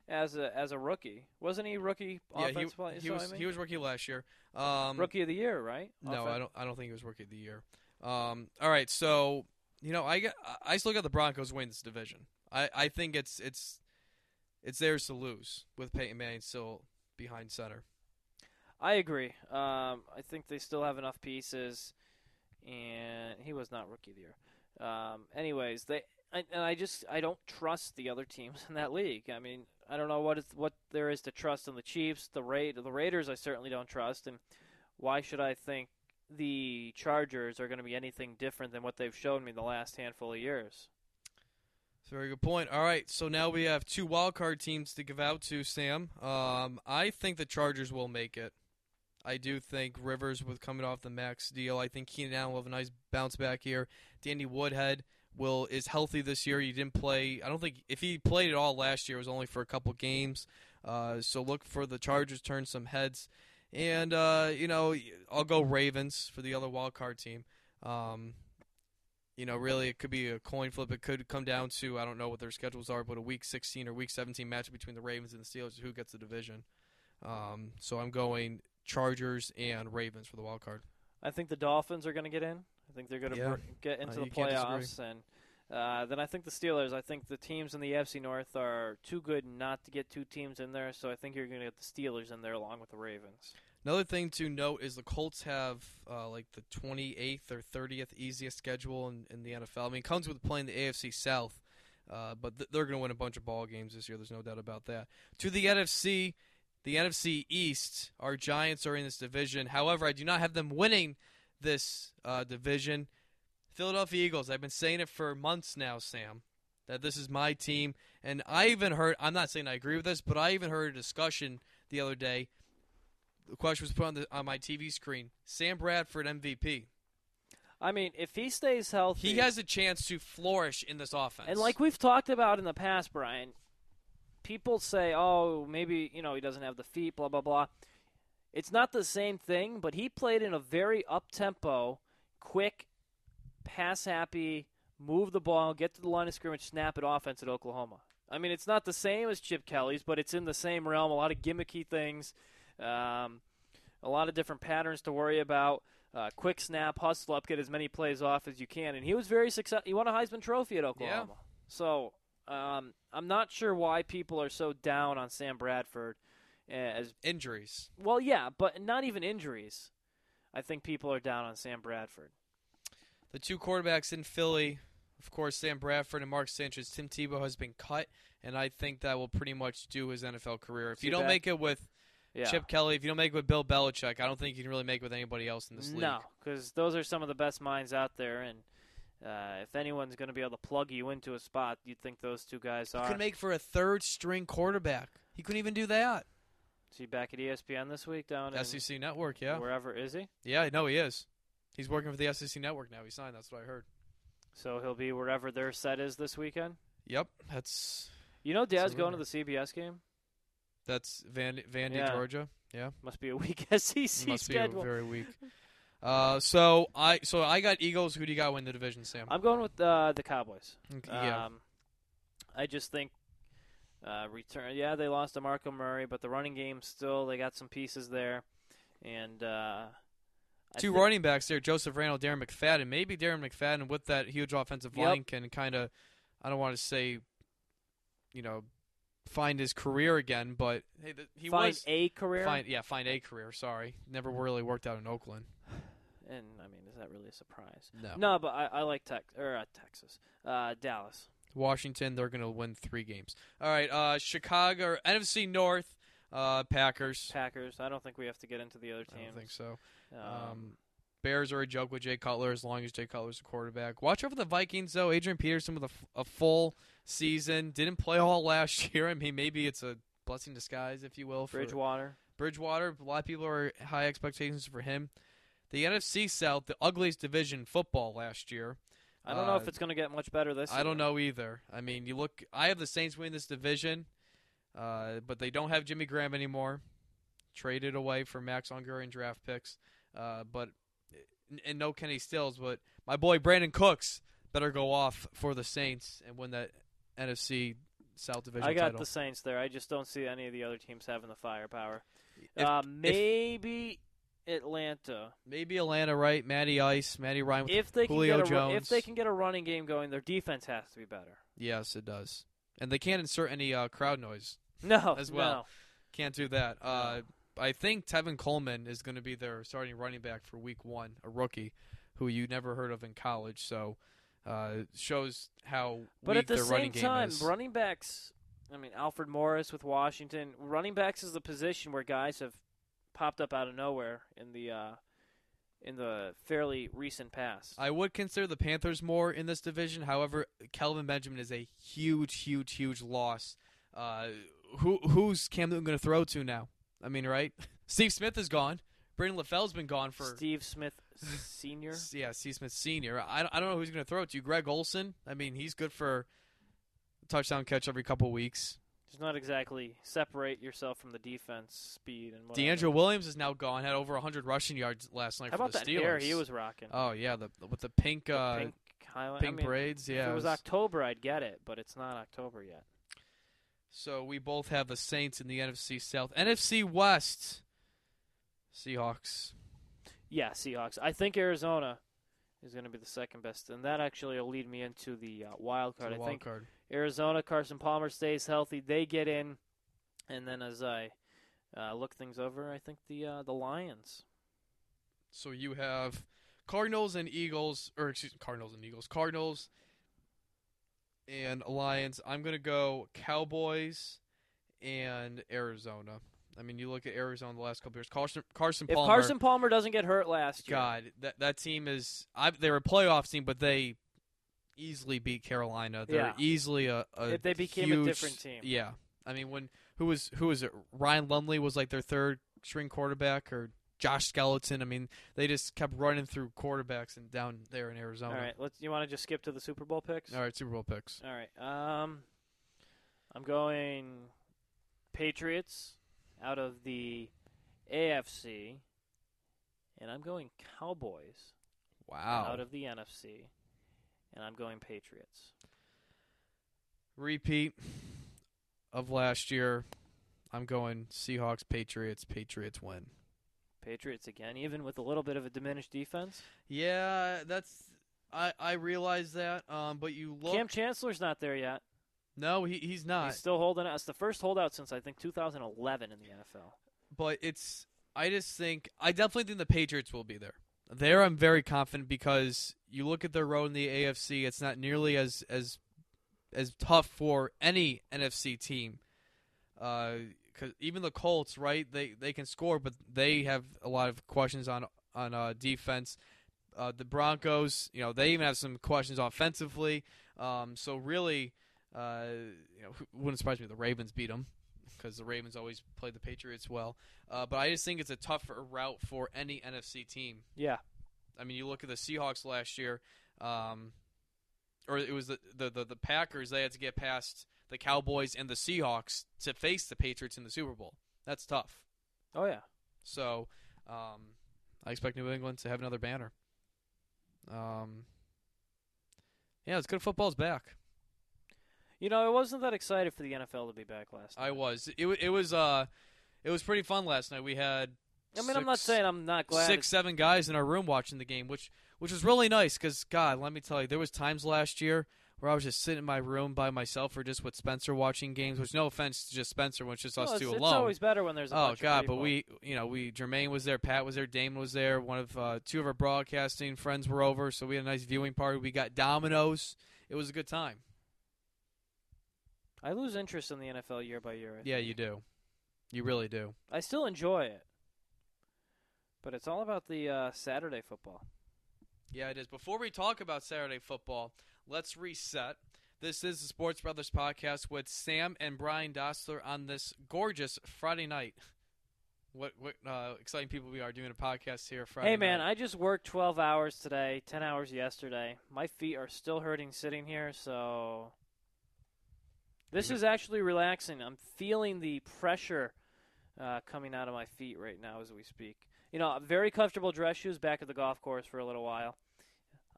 A: as a as a rookie. Wasn't he rookie
B: yeah,
A: offensive
B: he,
A: play-
B: he
A: so I
B: was
A: mean?
B: he was rookie last year. Um,
A: rookie of the year, right?
B: No,
A: Offen-
B: I don't. I don't think he was rookie of the year. Um, all right, so you know, I got, I still got the Broncos winning this division. I, I think it's it's it's theirs to lose with Peyton Manning still behind center.
A: I agree. Um, I think they still have enough pieces, and he was not rookie of the year. Um, anyways, they I, and I just I don't trust the other teams in that league. I mean, I don't know what is what there is to trust in the Chiefs, the Ra- the Raiders. I certainly don't trust, and why should I think the Chargers are going to be anything different than what they've shown me the last handful of years?
B: It's a very good point. All right, so now we have two wild card teams to give out to Sam. Um, I think the Chargers will make it. I do think Rivers with coming off the max deal. I think Keenan Allen will have a nice bounce back here. Danny Woodhead will is healthy this year. He didn't play. I don't think if he played at all last year, it was only for a couple games. Uh, so look for the Chargers turn some heads, and uh, you know I'll go Ravens for the other wild card team. Um, you know, really, it could be a coin flip. It could come down to I don't know what their schedules are, but a week 16 or week 17 matchup between the Ravens and the Steelers, who gets the division. Um, so I'm going Chargers and Ravens for the wild card.
A: I think the Dolphins are going to get in. I think they're going to
B: Yeah.
A: get into
B: Uh,
A: the
B: you can't
A: playoffs, and uh, then I think the Steelers. I think the teams in the AFC North are too good not to get two teams in there. So I think you're going to get the Steelers in there along with the Ravens.
B: Another thing to note is the Colts have uh, like the 28th or 30th easiest schedule in, in the NFL. I mean, it comes with playing the AFC South, uh, but th- they're going to win a bunch of ball games this year. There's no doubt about that. To the NFC, the NFC East, our Giants are in this division. However, I do not have them winning this uh, division. Philadelphia Eagles. I've been saying it for months now, Sam, that this is my team, and I even heard. I'm not saying I agree with this, but I even heard a discussion the other day the question was put on, the, on my TV screen. Sam Bradford MVP.
A: I mean, if he stays healthy,
B: He has a chance to flourish in this offense.
A: And like we've talked about in the past, Brian, people say, "Oh, maybe you know he doesn't have the feet." Blah blah blah. It's not the same thing, but he played in a very up tempo, quick, pass happy, move the ball, get to the line of scrimmage, snap it offense at Oklahoma. I mean, it's not the same as Chip Kelly's, but it's in the same realm. A lot of gimmicky things, um, a lot of different patterns to worry about. Uh, quick snap, hustle up, get as many plays off as you can, and he was very successful. He won a Heisman Trophy at Oklahoma. So um, I'm not sure why people are so down on Sam Bradford. eh, As
B: injuries.
A: well, yeah, but not even injuries. I think people are down on Sam Bradford.
B: The two quarterbacks in Philly, of course, Sam Bradford and Mark Sanchez. Tim Tebow has been cut, and I think that will pretty much do his NFL career. If
A: Too
B: you don't
A: bad.
B: make it with
A: Yeah.
B: Chip Kelly, if you don't make it with Bill Belichick, I don't think you can really make it with anybody else in this league.
A: No, because those are some of the best minds out there, and uh, if anyone's going to be able to plug you into a spot, you'd think those two guys
B: You
A: are.
B: could make for a third string quarterback. He couldn't even do that.
A: See back at E ESPN this week down in
B: SEC Network, E yeah.
A: wherever is he?
B: Yeah, no, he is. He's working for the SEC Network now. He signed. That's what I heard.
A: So he'll be wherever their set is this weekend.
B: Yep, that's
A: You know, Dad's
B: a
A: going to the
B: rumor.
A: CBS game.
B: That's Van Vandy,
A: Yeah.
B: Georgia.
A: Must be a weak SEC
B: Must
A: schedule.
B: be very weak. Uh, so I so I got Eagles. Who do you got win the division, Sam?
A: I'm going with uh, the Cowboys.
B: Okay, yeah,
A: Um, I just think uh, return. Yeah, they lost to Marco Murray, but the running game still they got some pieces there, and uh, I
B: two
A: thi-
B: running backs there: Joseph Randall, Darren McFadden. Maybe Darren McFadden with that huge offensive
A: Yep.
B: line can kind of, I don't want to say, you know, find his career again, but hey, th- he
A: find
B: was
A: a career.
B: find yeah find a career. Sorry, never really worked out in Oakland.
A: And I mean, is that really a surprise?
B: No,
A: No, but I, I like Tex or uh, Texas, uh, Dallas.
B: Washington, they're going to win three games. All right, uh, Chicago, NFC North, uh, Packers.
A: Packers. I don't think we have to get into the other teams.
B: I don't think so.
A: Um,
B: Um, Bears are a joke with Jay Cutler as long as Jay Cutler's the quarterback. Watch over the Vikings though. Adrian Peterson with a, f- a full season didn't play all last year. I mean, maybe it's a blessing in disguise, if you will, for
A: Bridgewater.
B: Bridgewater. A lot of people are high expectations for him. The NFC South, the ugliest division in football last year.
A: I don't know if
B: Uh,
A: it's going to get much better this.
B: I don't
A: year.
B: know either. I mean, you look. I have the Saints winning this division, uh, but they don't have Jimmy Graham anymore. Traded away for Max Unger and draft picks, uh, but and no Kenny Stills. But my boy Brandon Cooks better go off for the Saints and win that NFC South division
A: I got
B: title.
A: the Saints there. I just don't see any of the other teams having the firepower.
B: If-
A: uh, maybe Atlanta
B: Maybe Atlanta, right? Matty Ice, Matty Ryan. With
A: if they
B: Julio
A: can get a, ru- if
B: Jones.
A: they can get a running game going, their defense has to be better.
B: yes, it does. And they can't insert any uh, crowd noise.
A: No,
B: As well. Can't do that. Uh, I think Tevin Coleman is going to be their starting running back for Week One, a rookie who you never heard of in college. So uh, shows how
A: But
B: weak
A: at the
B: their
A: same
B: running game
A: time,
B: is.
A: running backs. I mean, Alfred Morris with Washington. Running backs is the position where guys have popped up out of nowhere in the uh, in the fairly recent past.
B: I would consider the Panthers more in this division. However, Kelvin Benjamin is a huge, huge, huge loss. Uh, who who's Cam Newton going to throw to now? I mean, right? Steve Smith is gone. Brandon LaFell's been gone for
A: Steve Smith Senior.
B: Yeah, C. Smith Senior. I, don't- I don't know who's going to throw it to. Greg Olson. I mean, he's good for touchdown catch every couple weeks.
A: Does not exactly separate yourself from the defense speed and whatever.
B: D'Angelo Williams is now gone. Had over 100 rushing yards last night
A: How
B: for
A: about
B: the
A: that
B: Steelers.
A: hair he was rocking?
B: Oh yeah, the with the pink
A: The
B: uh,
A: pink highlight.
B: pink
A: I mean,
B: braids. Yeah.
A: if it
B: it
A: was
B: was-
A: October, I'd get it, but it's not October yet.
B: so we both have the Saints in the NFC South. NFC West. Seahawks.
A: Yeah, Seahawks. I think Arizona is going to be the second best, and that actually will lead me into the uh, wild
B: to
A: card.
B: the
A: I
B: wild
A: think
B: card.
A: Arizona, Carson Palmer stays healthy. They get in, and then as I uh, look things over, I think the uh, the Lions.
B: So you have Cardinals and Eagles, or excuse me, Cardinals and Eagles, Cardinals and Lions. I'm gonna go Cowboys and Arizona. I mean, you look at Arizona the last couple years. Carson, Carson
A: If
B: Palmer,
A: Carson Palmer doesn't get hurt last year,
B: God, that that team is. I, they're a playoff team, but they easily beat Carolina. They're
A: Yeah.
B: easily a, a
A: If they became a
B: huge-
A: different team.
B: Yeah, I mean, when who was who was it? Ryan Lumley was like their third string quarterback, or Josh Skeleton. I mean, they just kept running through quarterbacks and down there in
A: All
B: Arizona.
A: right, let's. You want to just skip to the Super Bowl picks?
B: All right, Super Bowl picks.
A: All right. Um, I'm going Patriots out of the AFC, and I'm going Cowboys
B: Wow,
A: out of the NFC, and I'm going Patriots.
B: repeat of last year. I'm going Seahawks, Patriots, Patriots win.
A: Patriots again, even with a little bit of a diminished defense.
B: Yeah, that's I I realize that. Um, but you look.
A: Cam Chancellor's not there yet.
B: no, he he's not.
A: He's still holding out. It's the first holdout since I think 2011 in the NFL.
B: but it's I just think I definitely think the Patriots will be there. There, I'm very confident because you look at their road in the AFC. It's not nearly as as as tough for any NFC team. Uh, 'cause even the Colts, right? They they can score, but they have a lot of questions on on uh, defense. Uh, the Broncos, you know, they even have some questions offensively. Um, so really, uh, you know, wouldn't surprise me if the Ravens beat them because the Ravens always play the Patriots well. Uh, but I just think it's a tougher route for any NFC team.
A: Yeah.
B: I mean, you look at the Seahawks last year, um, or it was the, the, the, the Packers. They had to get past the Cowboys and the Seahawks to face the Patriots in the Super Bowl. That's tough.
A: Oh yeah.
B: So um, I expect New England to have another banner. Um, yeah, it's good football's back.
A: You know, I wasn't that excited for the NFL to be back last.
B: I
A: night.
B: was. It, wa- it was uh, it was pretty fun last night. We had.
A: I mean, i I'm not
B: six-
A: saying I'm not glad.
B: six, seven guys in our room watching the game, which which was really nice. Because God, let me tell you, there was times last year where I was just sitting in my room by myself or just with Spencer watching games. Which no offense to just Spencer, when it's just
A: No,
B: us
A: it's,
B: two
A: it's
B: alone.
A: always better when there's a
B: oh
A: bunch of
B: God, but
A: people.
B: we you know we Jermaine was there, Pat was there, Damon was there. One of uh, two of our broadcasting friends were over, so we had a nice viewing party. We got Domino's. It was a good time.
A: I lose interest in the NFL year by year. I
B: Yeah,
A: think.
B: you do. You really do.
A: I still enjoy it. But it's all about the uh, Saturday football.
B: Yeah, it is. Before we talk about Saturday football, let's reset. This is the Sports Brothers podcast with Sam and Brian Dostler on this gorgeous Friday night. What what uh, exciting people we are doing a podcast here Friday.
A: hey man,
B: night.
A: I just worked 12 hours today, 10 hours yesterday. My feet are still hurting sitting here, so this
B: You're
A: is actually relaxing. I'm feeling the pressure uh, coming out of my feet right now as we speak. You know, very comfortable dress shoes back at the golf course for a little while.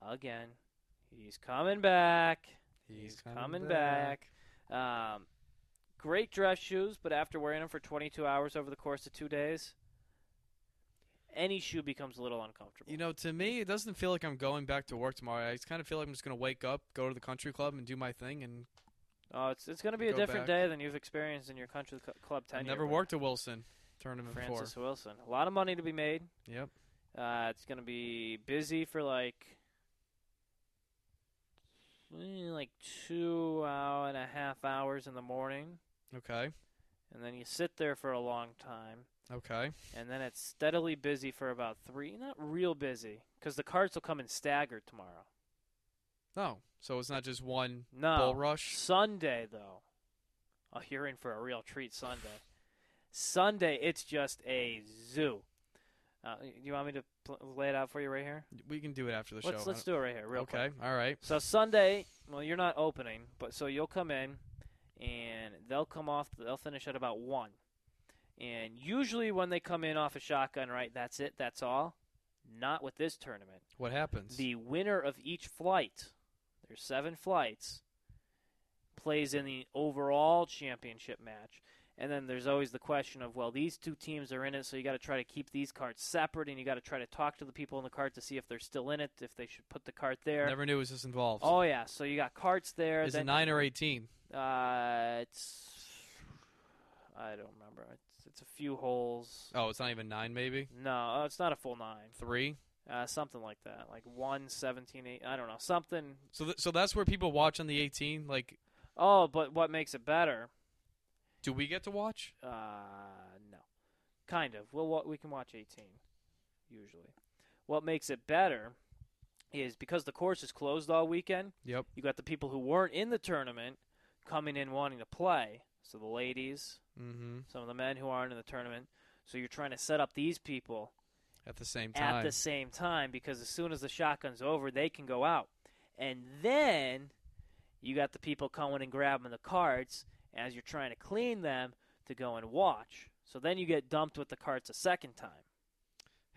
A: Again, he's coming back. He's coming back. Um, great dress shoes, but after wearing them for 22 hours over the course of two days, any shoe becomes a little uncomfortable.
B: You know, to me, it doesn't feel like I'm going back to work tomorrow. I just kind of feel like I'm just going to wake up, go to the country club, and do my thing. And
A: oh, it's it's going to be
B: You
A: a
B: go
A: different
B: back.
A: day than you've experienced in your country cl- club
B: I
A: tenure.
B: never
A: with
B: worked a Wilson tournament
A: Francis Wilson. A lot of money to be made.
B: before. Yep.
A: Uh, it's going to be busy for like eh, like two hour and a half hours in the morning,
B: Okay.
A: and then you sit there for a long time.
B: Okay.
A: and then it's steadily busy for about three. Not real busy because the carts will come in staggered tomorrow.
B: No. So it's not just one
A: No,
B: bull rush.
A: Sunday though. Oh, you're in for a real treat Sunday. Sunday, it's just a zoo. Uh, you want me to pl- lay it out for you right here?
B: We can do it after the
A: let's
B: show. I
A: let's do it right here,
B: don't-
A: real
B: okay.
A: quick.
B: All right.
A: So Sunday, well, you're not opening, but so you'll come in, and they'll come off. They'll finish at about one, and usually when they come in off a shotgun, right? That's it. That's all. Not with this tournament.
B: What happens?
A: The winner of each flight, there's seven flights, plays in the overall championship match. And then there's always the question of, well, these two teams are in it, so you got to try to keep these carts separate, and you got to try to talk to the people in the cart to see if they're still in it, if they should put the cart there.
B: Never knew it was this involved.
A: Oh yeah, so you got carts there.
B: is it
A: then,
B: nine or eighteen?
A: Uh, it's I don't remember. It's it's a few holes.
B: Oh, it's not even nine. Maybe
A: No, uh, it's not a full nine.
B: three.
A: Uh, something like that, like one seventeen eight. I don't know something.
B: So th- so that's where people watch on the eighteen. Like,
A: Oh, but what makes it better?
B: do we get to watch?
A: Uh, no, kind of. We'll wa- we can watch eighteen usually. What makes it better is because the course is closed all weekend.
B: Yep.
A: You got the people who weren't in the tournament coming in wanting to play. So the ladies,
B: Mm-hmm.
A: some of the men who aren't in the tournament. So you're trying to set up these people
B: At the same
A: at
B: time.
A: the same time because as soon as the shotgun's over, they can go out. And then you got the people coming and grabbing the carts as you're trying to clean them to go and watch. So then you get dumped with the carts a second time.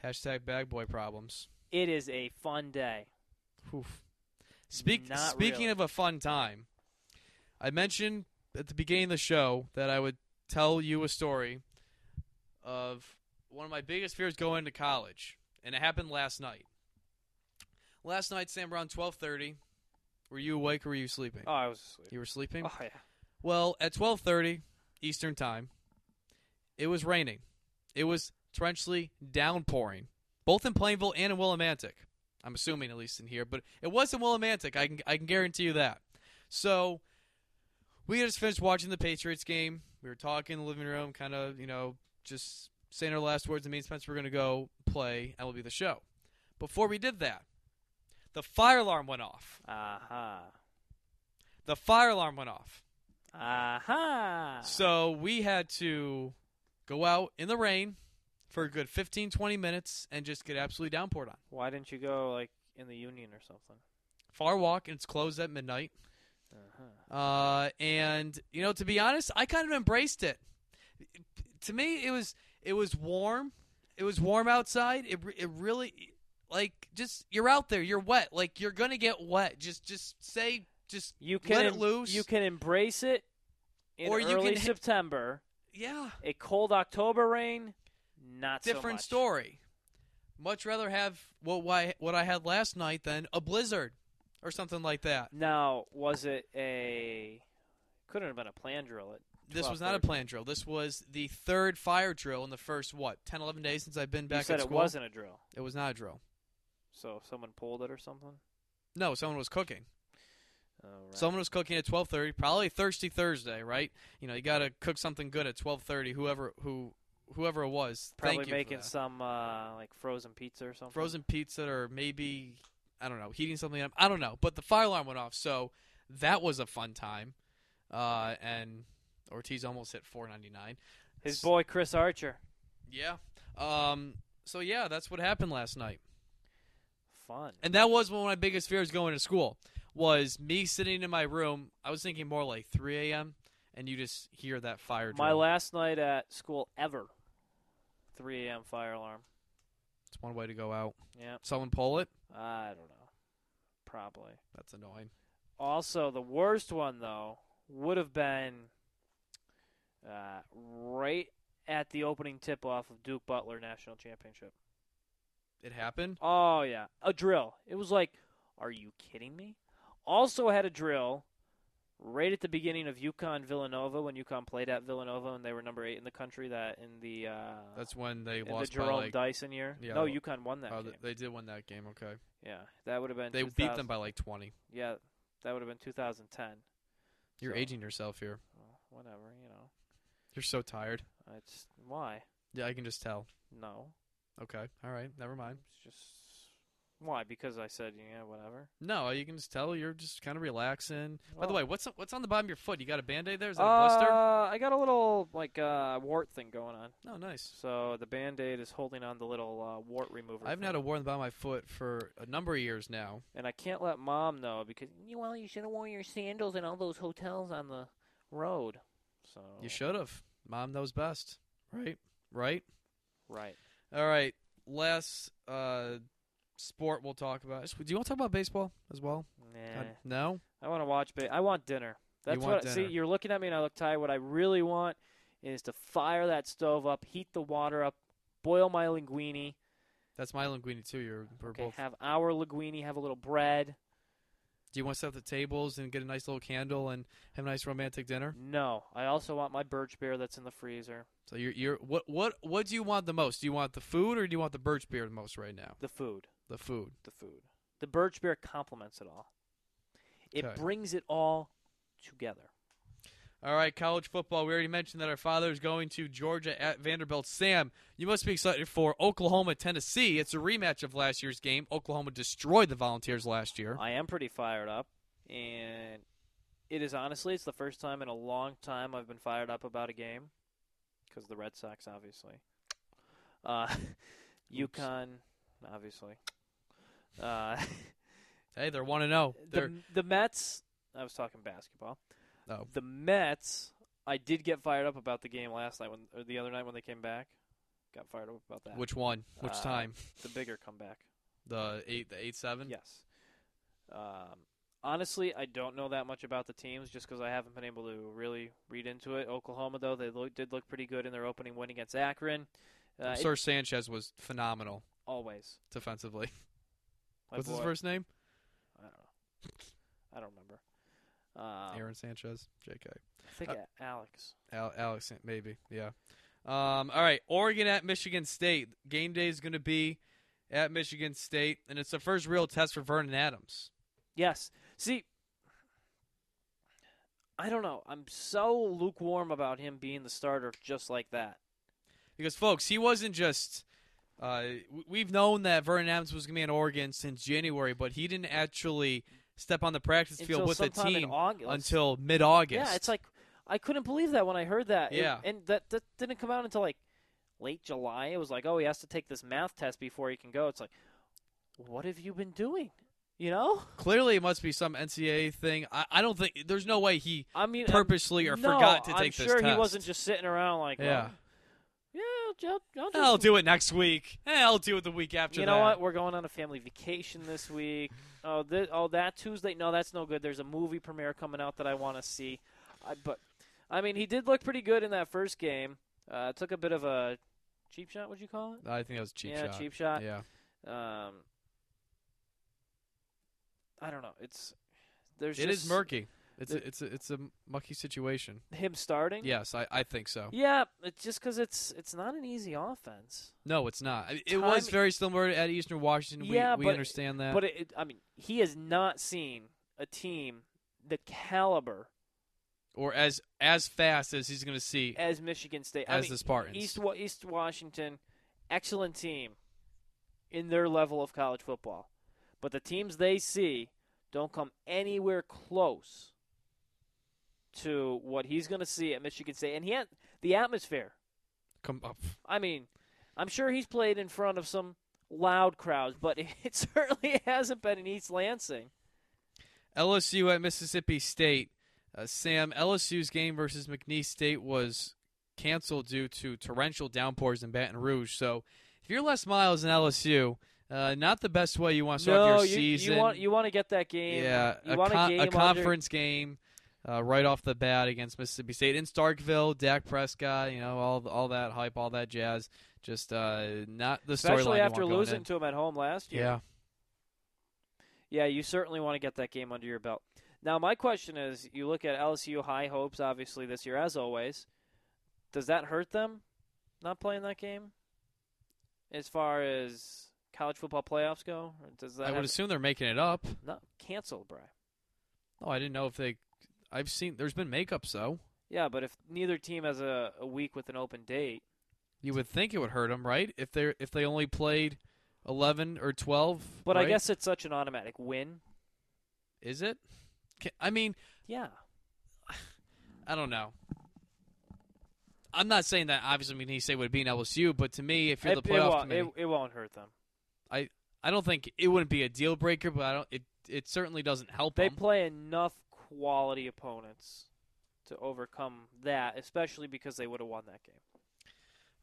B: Hashtag bag boy problems.
A: It is a fun day.
B: Oof. Speak,
A: Not
B: speaking
A: really.
B: of a fun time, I mentioned at the beginning of the show that I would tell you a story of one of my biggest fears going to college, and it happened last night. Last night, Sam, around twelve thirty. Were you awake or were you sleeping?
A: Oh, I was asleep.
B: You were sleeping.
A: Oh, yeah.
B: Well, at twelve thirty Eastern time, it was raining. It was torrentially downpouring, both in Plainville and in Willimantic. I'm assuming at least in here, but it was in Willimantic. I can I can guarantee you that. So we had just finished watching the Patriots game. We were talking in the living room, kind of you know just saying our last words. And me and Spencer were going to go play and will be the show. Before we did that, the fire alarm went off.
A: Aha.
B: The fire alarm went off.
A: Aha.
B: So we had to go out in the rain for a good 15, 20 minutes and just get absolutely downpoured on.
A: Why didn't you go like in the union or something?
B: Far walk, and it's closed at midnight.
A: Uh-huh.
B: Uh, and, you know, to be honest, I kind of embraced it. To me, it was it was warm. It was warm outside. It, re- it really, like, just, you're out there. You're wet. Like, you're going to get wet. Just, just say, just,
A: You can
B: it loose.
A: You can embrace it in
B: Or you
A: early
B: can ha-
A: September.
B: yeah.
A: A cold October rain, not so
B: different
A: much.
B: story. Much rather have what why what I had last night than a blizzard or something like that.
A: Now, was it a? Couldn't have been a plan drill. It.
B: This was not a
A: 12:30.
B: plan drill. This was the third fire drill in the first what 10, 11 days since I've been back
A: you said
B: at
A: it
B: school.
A: wasn't a drill.
B: It was not a drill.
A: So someone pulled it or something.
B: No, someone was cooking.
A: Oh, right.
B: Someone was cooking at twelve thirty, probably thirsty Thursday, right? You know, you got to cook something good at twelve thirty. Whoever who whoever it was.
A: Probably
B: thank you
A: making
B: for that.
A: some uh, like frozen pizza or something.
B: frozen pizza or maybe I don't know, heating something up. I don't know, but the fire alarm went off, so that was a fun time. Uh, and Ortiz almost hit 499.
A: His boy Chris Archer.
B: Yeah. Um. So yeah, that's what happened last night,
A: Fun.
B: and that was one of my biggest fears going to school was me sitting in my room. I was thinking more like 3 a.m. and you just hear that fire.
A: My
B: drill.
A: last night at school ever. 3 a.m. fire alarm.
B: It's one way to go out.
A: Yeah,
B: Someone pull it.
A: I don't know. Probably.
B: That's annoying.
A: Also, the worst one though would have been uh, right at the opening tip-off of Duke Butler national championship.
B: It happened.
A: Oh yeah, a drill. It was like, are you kidding me? Also had a drill right at the beginning of Yukon Villanova when UConn played at Villanova and they were number eight in the country that in the uh,
B: That's when they
A: in the
B: lost
A: Jerome
B: by like.
A: Dyson year.
B: Yeah,
A: no,
B: they-
A: UConn won that
B: oh,
A: game.
B: th- they did win that game. Okay.
A: yeah, that would have been
B: They
A: 2000
B: beat them by like 20.
A: yeah, that would have been 2010.
B: You're
A: So,
B: aging yourself here.
A: well, whatever, you know.
B: You're so tired.
A: It's why
B: Yeah, I can just tell.
A: no.
B: Okay. All right. Never mind.
A: It's just why because I said yeah, whatever.
B: No, you can just tell you're just kind of relaxing. By the
A: Well-
B: way, what's what's on the bottom of your foot? You got a band-aid there? Is that a blister?
A: Uh, I got a little like uh, wart thing going on.
B: No, Oh, nice.
A: So the band aid is holding on the little uh, wart remover.
B: I haven't had a
A: thing.
B: wart on the bottom of my foot for a number of years now.
A: and I can't let mom know because "You- well, you should have worn your sandals in all those hotels on the road. So
B: You should have. Mom knows best. Right? Right?
A: right.
B: All right. Last uh, sport we'll talk about. Do you want to talk about baseball as well?
A: Nah,
B: Uh, no?
A: I want to watch. Ba- I want dinner. That's
B: want
A: what.
B: dinner.
A: See, you're looking at me, and I look tired. What I really want is to fire that stove up, heat the water up, boil my linguine.
B: That's my linguine, too. You're, we're
A: Okay,
B: both.
A: have our linguine, have a little bread.
B: Do you want to set up the tables and get a nice little candle and have a nice romantic dinner?
A: No, I also want my birch beer that's in the freezer.
B: So you're you're what what what do you want the most? Do you want the food or do you want the birch beer the most right now?
A: The food,
B: The food.
A: the food. The birch beer complements it all. It
B: Okay.
A: brings it all together.
B: All right, college football. We already mentioned that our father is going to Georgia at Vanderbilt. Sam, you must be excited for Oklahoma Tennessee. It's a rematch of last year's game. Oklahoma destroyed the Volunteers last year.
A: I am pretty fired up, and it is honestly it's the first time in a long time I've been fired up about a game because the Red Sox, obviously, uh,
B: Oops.
A: UConn, obviously. Uh,
B: Hey, they're one and zero.
A: the
B: They're
A: the Mets. I was talking basketball.
B: oh,
A: The Mets. I did get fired up about the game last night when, or the other night when they came back. Got fired up about that.
B: which one? Which
A: Uh,
B: time?
A: the bigger comeback.
B: The eight the eight seven.
A: Yes. Um, honestly, I don't know that much about the teams just because I haven't been able to really read into it. Oklahoma, though, they lo- did look pretty good in their opening win against Akron. Uh, it-
B: Sir Sanchez was phenomenal
A: always.
B: defensively.
A: My
B: What's his
A: boy-
B: first name?
A: I don't know. I don't remember. Um,
B: Aaron Sanchez. J.K.
A: I think
B: uh,
A: A- Alex.
B: Al- Alex, maybe. Yeah. Um, all right. Oregon at Michigan State. Game day is going to be at Michigan State, and it's the first real test for Vernon Adams.
A: Yes. See, I don't know. I'm so lukewarm about him being the starter just like that.
B: Because, folks, he wasn't just. Uh, w- we've known that Vernon Adams was going to be in Oregon since January, but he didn't actually step on the practice
A: Until
B: field with the
A: sometime in
B: team
A: August.
B: until mid August.
A: Yeah, it's like I couldn't believe that when I heard that. It-
B: Yeah.
A: and that that didn't come out until like late July. It was like, oh, he has to take this math test before he can go. It's like, what have you been doing? You know,
B: Clearly, it must be some NCAA thing. I, I don't think. There's no way he
A: I mean, I'm-
B: purposely or
A: no,
B: forgot to
A: I'm
B: take this
A: sure he
B: test.
A: wasn't just sitting around like,
B: Yeah.
A: well, yeah, I'll, I'll, I'll do
B: I'll
A: some-
B: do it next week. Eh, I'll do it the week after
A: You know
B: that.
A: what? We're going on a family vacation this week. oh, thi- oh, that Tuesday? No, that's no good. There's a movie premiere coming out that I want to see. I, but, I mean, he did look pretty good in that first game. Uh, took a bit of a cheap shot. Would you call it?
B: I think that was a cheap
A: yeah,
B: shot.
A: cheap shot.
B: Yeah.
A: Um, I don't know. It's there's
B: It
A: just
B: is murky. It's
A: the-
B: a, it's a, it's a mucky situation.
A: him starting.
B: Yes, I, I think so.
A: Yeah, it's just because it's it's not an easy offense.
B: No, it's not. I- It was
A: Timing-
B: very similar at Eastern Washington. We,
A: Yeah,
B: we
A: but-
B: understand that.
A: But it, it- I mean, he has not seen a team the caliber
B: or as as fast as he's going to see
A: as Michigan State. I
B: as
A: mean,
B: the Spartans.
A: East Wa- East Washington, excellent team in their level of college football, but the teams they see don't come anywhere close to what he's going to see at Michigan State, and he had the atmosphere.
B: Come up.
A: I mean, I'm sure he's played in front of some loud crowds, but it certainly hasn't been in East Lansing.
B: LSU at Mississippi State. Uh, Sam, LSU's game versus McNeese State was canceled due to torrential downpours in Baton Rouge. So, if you're Les Miles in LSU, uh, not the best way you want to start
A: no,
B: off your
A: you,
B: season.
A: you want you want to get that game.
B: yeah,
A: you
B: a,
A: want
B: con-
A: a game
B: a
A: under-
B: conference game uh, right off the bat against Mississippi State in Starkville. Dak Prescott, you know, all all that hype, all that jazz. Just uh, not the storyline.
A: especially
B: you
A: after
B: want going
A: losing
B: in.
A: to him at home last year.
B: Yeah,
A: Yeah, you certainly want to get that game under your belt. Now, my question is you look at LSU high hopes, obviously, this year, as always. Does that hurt them not playing that game as far as college football playoffs go? Or does that
B: I would
A: have-
B: assume they're making it up.
A: no, cancel, Bry.
B: Oh, I didn't know if they. I've seen there's been makeup, so
A: Yeah, but if neither team has a, a week with an open date,
B: you would think it would hurt them, right? If they if they only played eleven or twelve.
A: but I
B: right?
A: guess it's such an automatic win.
B: is it? Ca- I mean,
A: Yeah.
B: I don't know. I'm not saying that obviously McNeese State would be in LSU, but to me, if you're
A: it,
B: the
A: it
B: playoff
A: won't,
B: committee,
A: it, it won't hurt them.
B: I don't think it wouldn't be a deal breaker, but I don't. It it certainly doesn't help
A: They
B: them.
A: play enough quality opponents to overcome that, especially because they would have won that game.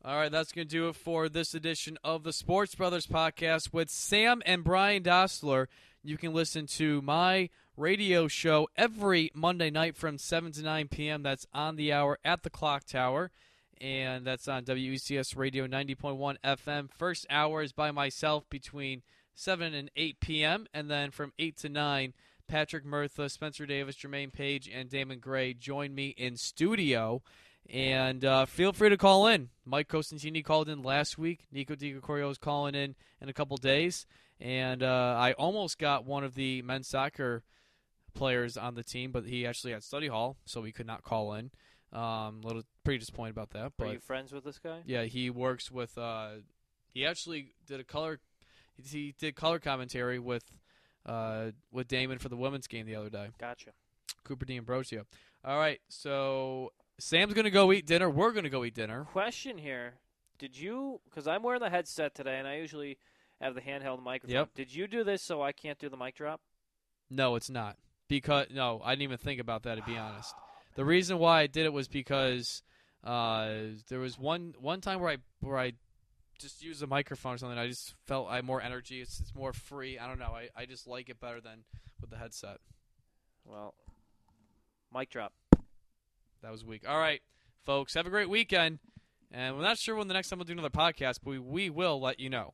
B: All right, that's going to do it for this edition of the Sports Brothers podcast with Sam and Brian Dostler. You can listen to my radio show every Monday night from 7 to 9 p.m. That's on the hour at the Clock Tower, and that's on WECS Radio 90.1 FM. First hour is by myself between 7 and 8 p.m., and then from 8 to 9, Patrick Murtha, Spencer Davis, Jermaine Page, and Damon Gray join me in studio. And uh, feel free to call in. Mike Costantini called in last week. Nico DiCorio is calling in in a couple days. And uh, I almost got one of the men's soccer players on the team, but he actually had study hall, so he could not call in. Um, little pretty disappointed about that. But
A: Are you friends with this guy?
B: yeah, he works with. Uh, he actually did a color. He did color commentary with uh, with Damon for the women's game the other day.
A: Gotcha.
B: Cooper D'Ambrosio. All right, so Sam's gonna go eat dinner. We're gonna go eat dinner.
A: Question here: Did you? Because I'm wearing the headset today, and I usually have the handheld microphone.
B: Yep.
A: Did you do this so I can't do the mic drop?
B: No, it's not because no, I didn't even think about that to be honest. The reason why I did it was because uh, there was one one time where I where I just used a microphone or something. I just felt I had more energy. It's it's more free. I don't know. I, I just like it better than with the headset.
A: Well, mic drop.
B: That was weak. All right, folks, have a great weekend. And we're not sure when the next time we'll do another podcast, but we, we will let you know.